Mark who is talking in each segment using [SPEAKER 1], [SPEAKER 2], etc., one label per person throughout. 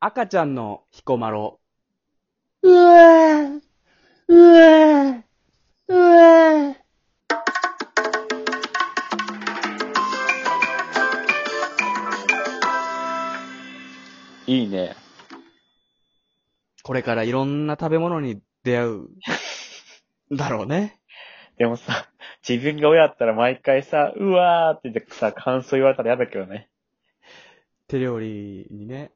[SPEAKER 1] 赤ちゃんの彦摩呂。
[SPEAKER 2] うえうえうえ
[SPEAKER 3] いいね。
[SPEAKER 1] これからいろんな食べ物に出会 う。だろうね。
[SPEAKER 3] でもさ、自分が親だったら毎回さ、うわーって言ってさ、感想言われたら嫌だけどね。
[SPEAKER 1] 手料理にね。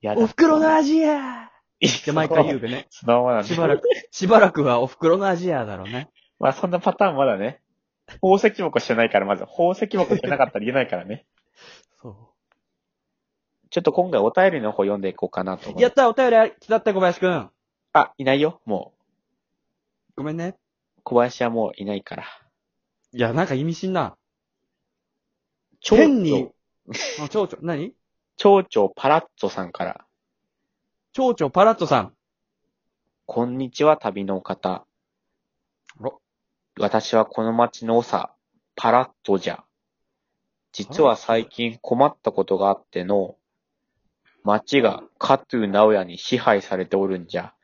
[SPEAKER 3] 嫌だ。
[SPEAKER 1] お袋の味や
[SPEAKER 3] いい
[SPEAKER 1] って毎回言うべね。
[SPEAKER 3] そのままなん
[SPEAKER 1] し
[SPEAKER 3] で。
[SPEAKER 1] ばらく、しばらくはお袋の味やだろうね。
[SPEAKER 3] まあそんなパターンまだね。宝石箱してないから、まず宝石箱してなかったら言えないからね。
[SPEAKER 1] そ
[SPEAKER 3] ちょっと今回お便りの方読んでいこうかなと思
[SPEAKER 1] う。
[SPEAKER 3] う。
[SPEAKER 1] やったお便り来たった小林くん。
[SPEAKER 3] あ、いないよ。も
[SPEAKER 1] ごめんね。
[SPEAKER 3] う、小林はもういないから。
[SPEAKER 1] いや、なんか意味深な。
[SPEAKER 3] 蝶
[SPEAKER 1] 変に
[SPEAKER 3] 々、
[SPEAKER 1] あ蝶々、何
[SPEAKER 3] 蝶々パラッツォさんから。
[SPEAKER 1] 蝶々パラットさん。
[SPEAKER 3] こんにちは、旅のお方。
[SPEAKER 1] あら
[SPEAKER 3] 私はこの町の長、パラッとじゃ。実は最近困ったことがあっての、町がカトゥー直哉に支配されておるんじゃ。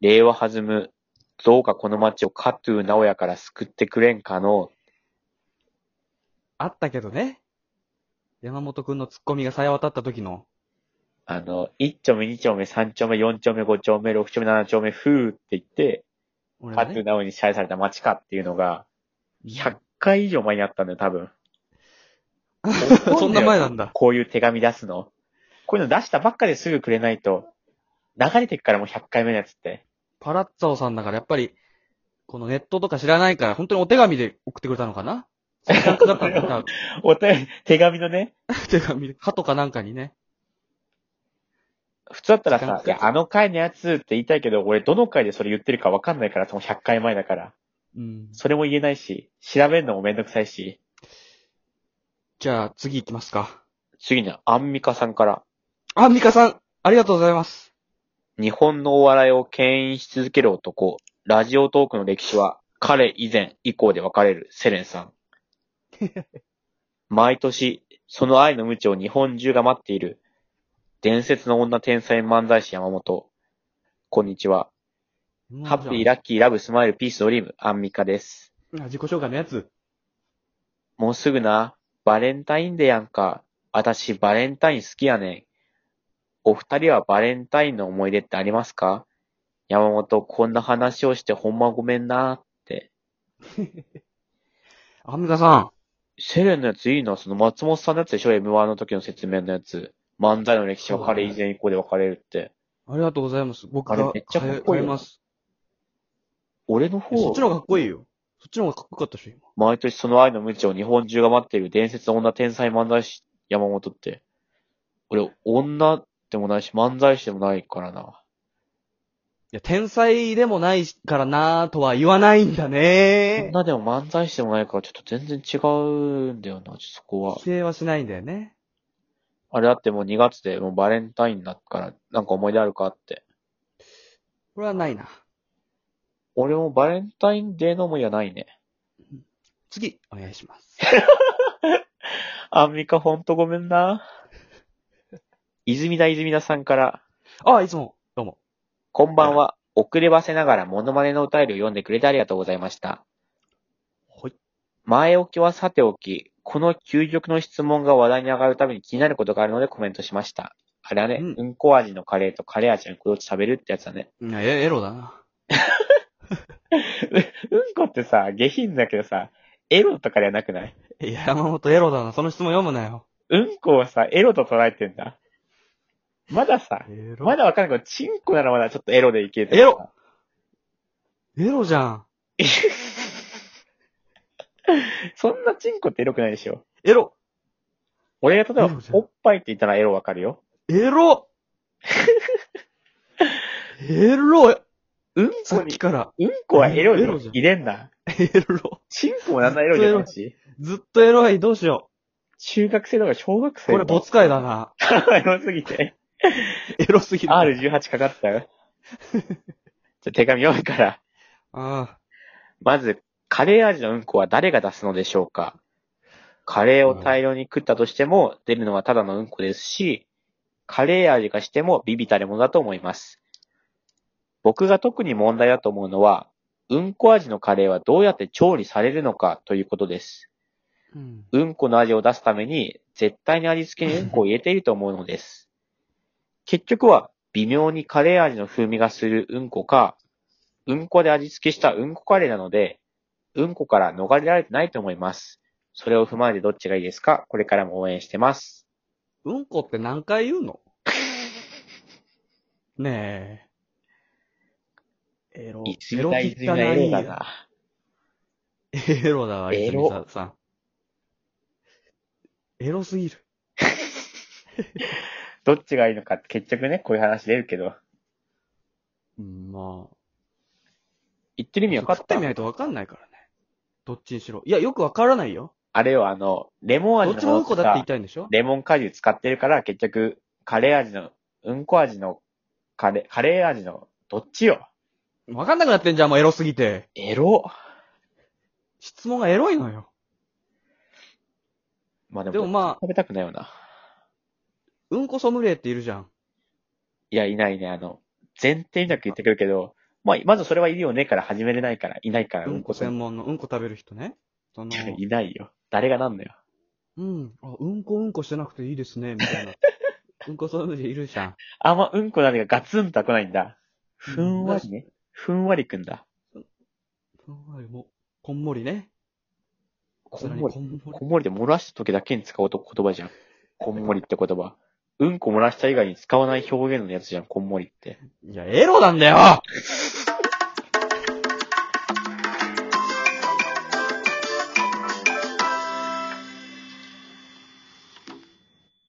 [SPEAKER 3] 令和弾む、どうかこの町をカトゥー直哉から救ってくれんかのう。
[SPEAKER 1] あったけどね。山本くんのツッコミがさえ渡った時の。
[SPEAKER 3] あの、一丁目、二丁目、三丁目、四丁目、五丁目、六丁目、七丁目、ふーって言って、
[SPEAKER 1] 俺
[SPEAKER 3] カ
[SPEAKER 1] は
[SPEAKER 3] トゥー
[SPEAKER 1] ね。
[SPEAKER 3] 直哉に支配された町かっていうのが、100回以上前にあったんだよ、多分。
[SPEAKER 1] そんな前なんだ。
[SPEAKER 3] こういう手紙出すの。こういうの出したばっかですぐくれないと、流れてくからもう100回目のやつって。
[SPEAKER 1] パラッツァオさんだからやっぱり、このネットとか知らないから、本当にお手紙で送ってくれたのかなそういう感じだったんだよ。多分
[SPEAKER 3] お便り、手紙のね、
[SPEAKER 1] 手紙で。歯とかなんかにね。
[SPEAKER 3] 普通だったら
[SPEAKER 1] 時間
[SPEAKER 3] さ
[SPEAKER 1] か、
[SPEAKER 3] い
[SPEAKER 1] かる
[SPEAKER 3] や、あの回のやつって言いたいけど、俺どの回でそれ言ってるかわかんないから、その100回前だから。
[SPEAKER 1] うん。
[SPEAKER 3] それも言えないし、調べるのもめんどくさいし。
[SPEAKER 1] じゃあ、次行きますか。
[SPEAKER 3] 次にアンミカさんから、
[SPEAKER 1] アンミカさん、ありがとうございます。
[SPEAKER 3] 日本のお笑いを牽引し続ける男、ラジオトークの歴史は、彼以前以降で分かれるセレンさ ん。毎年、その愛の無知を日本中が待っている、伝説の女天才漫才師山本。こんにちは。ハッピー、ラッキー、ラブ、スマイル、ピース、ドリーム、アンミカです。
[SPEAKER 1] あ自己紹介のやつ。
[SPEAKER 3] もうすぐな、バレンタインデーやんか。あたし、バレンタイン好きやねん。お二人はバレンタインの思い出ってありますか山本、こんな話をしてほんまごめんなって。
[SPEAKER 1] アンミカさ
[SPEAKER 3] セレンのやついいな、その松本さんのやつでしょ ?M1 の時の説明のやつ。漫才の歴史は彼以前以降で分かれるって。
[SPEAKER 1] ん、ありがとうございます。僕
[SPEAKER 3] あれ
[SPEAKER 1] が
[SPEAKER 3] めっちゃかっこいい
[SPEAKER 1] 変
[SPEAKER 3] よ
[SPEAKER 1] えます。
[SPEAKER 3] 俺の
[SPEAKER 1] そ
[SPEAKER 3] 方
[SPEAKER 1] っち、の方がかっこいいよ。そっちの方がかっこよかったでしょ、今。
[SPEAKER 3] 毎年その愛の無知を日本中が待っている伝説の女天才漫才師山本って。俺、女でもないし、漫才師でもないからな。
[SPEAKER 1] いや、天才でもないからなーとは言わないんだね
[SPEAKER 3] 女でも漫才師でもないから、ちょっと全然違うんだよな、ちょっとそこは
[SPEAKER 1] 否。定はしないんだよね。
[SPEAKER 3] あれだってもう2月でもうバレンタインだから、なんか思い出あるかって。
[SPEAKER 1] これはないな。
[SPEAKER 3] 俺もバレンタインデーの思いはないね。
[SPEAKER 1] 次、お願いします。
[SPEAKER 3] アンミカほんとごめんな。泉田泉田さんから、
[SPEAKER 1] あ、いつも、どうも。
[SPEAKER 3] こんばんは。遅ればせながらモノマネのお便りを読んでくれてありがとうございました。
[SPEAKER 1] はい。
[SPEAKER 3] 前置きはさておき、この究極の質問が話題に上がるために気になることがあるのでコメントしました。あれはね、
[SPEAKER 1] う
[SPEAKER 3] うんん、こ味のカレーとカレー味のこどっち食べるってやつだね。
[SPEAKER 1] いや、エエロだな。
[SPEAKER 3] うんこってさ、下品だけどさ、エロとかではなくない
[SPEAKER 1] いや、山本エロだな。その質問読むなよ。
[SPEAKER 3] うんこをさ、エロと捉えてんだ。まださ、
[SPEAKER 1] エロ
[SPEAKER 3] まだわかんないけど、チンコならまだちょっとエロでいける
[SPEAKER 1] エロエロじゃん。
[SPEAKER 3] そんなチンコってエロくないでしょ。
[SPEAKER 1] エロ
[SPEAKER 3] 俺が例え
[SPEAKER 1] エロ
[SPEAKER 3] ば
[SPEAKER 1] じゃ、ん
[SPEAKER 3] おっぱいって言ったらエロわかるよ。
[SPEAKER 1] エ ロエロ
[SPEAKER 3] うん
[SPEAKER 1] さ
[SPEAKER 3] こ
[SPEAKER 1] っき
[SPEAKER 3] に、
[SPEAKER 1] から。
[SPEAKER 3] うんこはエロ
[SPEAKER 1] エロじゃ
[SPEAKER 3] に
[SPEAKER 1] ん
[SPEAKER 3] 入れんな。
[SPEAKER 1] エロ。
[SPEAKER 3] チンコもなんなエロじゃないし。
[SPEAKER 1] ずっとエロい。どうしよ
[SPEAKER 3] 中学生とか小学
[SPEAKER 1] う。
[SPEAKER 3] 生
[SPEAKER 1] これ、ボツ会だな。
[SPEAKER 3] カ。エロすぎて。
[SPEAKER 1] エロすぎる。
[SPEAKER 3] R18 かかっ たよ。じゃあ手紙読むから。
[SPEAKER 1] あ
[SPEAKER 3] まず、カレー味のうんこは誰が出すのでしょうかカレーを大量に食ったとしても、出るのはただのうんこですし、カレー味がしてもビビたれものだと思います。僕が特に問題だと思うのは、うんこ味のカレーはどうやって調理されるのかということです。
[SPEAKER 1] うん。
[SPEAKER 3] うんこの味を出すために、絶対に味付けにうんこを入れていると思うのです。結局は、微妙にカレー味の風味がするうんこか、うんこで味付けしたうんこカレーなので、うんこから逃れられてないと思います。それを踏まえてどっちがいいですかこれからも応援してます。
[SPEAKER 1] うんこって何回言う のねえ。エロ、
[SPEAKER 3] いつ
[SPEAKER 1] エ
[SPEAKER 3] み
[SPEAKER 1] ロ
[SPEAKER 3] たい
[SPEAKER 1] き
[SPEAKER 3] つみたい映画だ。
[SPEAKER 1] エロだわ、
[SPEAKER 3] エ
[SPEAKER 1] エ
[SPEAKER 3] ロ
[SPEAKER 1] ロさん。エロすぎる。
[SPEAKER 3] どっちがいいのかって結局ね、こういう話出るけど。
[SPEAKER 1] うん、まあ。
[SPEAKER 3] 言ってる意味分かっ
[SPEAKER 1] 食って
[SPEAKER 3] た
[SPEAKER 1] みないとわかんないからね。どっちにしろ。いや、よくわからないよ。
[SPEAKER 3] あれよ、あの、レモン味
[SPEAKER 1] ど
[SPEAKER 3] の
[SPEAKER 1] っちもうんこだって言いたいんでしょ
[SPEAKER 3] レモン果汁使ってるから、結局、カレー味の、うんこ味の、カレー、カレー味の、どっちよ
[SPEAKER 1] わかんなくなってんじゃん、もうエロすぎて。
[SPEAKER 3] エロ
[SPEAKER 1] 質問がエロいのよ。
[SPEAKER 3] まあでも、
[SPEAKER 1] でもまあ
[SPEAKER 3] 食べたくないよな。
[SPEAKER 1] うんこソムリエっているじゃん。
[SPEAKER 3] いや、いないね、あの、前提みたく言ってくるけど、まあ、まずそれはいるよねから始めれないから、いないから、
[SPEAKER 1] う
[SPEAKER 3] うん
[SPEAKER 1] ん
[SPEAKER 3] こ
[SPEAKER 1] こ
[SPEAKER 3] さん。
[SPEAKER 1] 専門のうんこ食べる人ね。その、
[SPEAKER 3] いないよ。誰がなんのよ。
[SPEAKER 1] うん、あ、うんこうんこしてなくていいですね、みたいな。 うんこソムリエいるじゃん。
[SPEAKER 3] あんまうんこの味がガツンとは来ないんだ。
[SPEAKER 1] うん
[SPEAKER 3] ふんわりね。ふんわりくんだ。
[SPEAKER 1] ふんわりも、こんもりね。
[SPEAKER 3] こんもり
[SPEAKER 1] さらにこんも
[SPEAKER 3] こんもりで漏らす時だけに使うと言葉じゃん。こんもりって言葉。うんこ漏らした以外に使わない表現のやつじゃん、こんもりって。
[SPEAKER 1] り。いや、エロなんだよ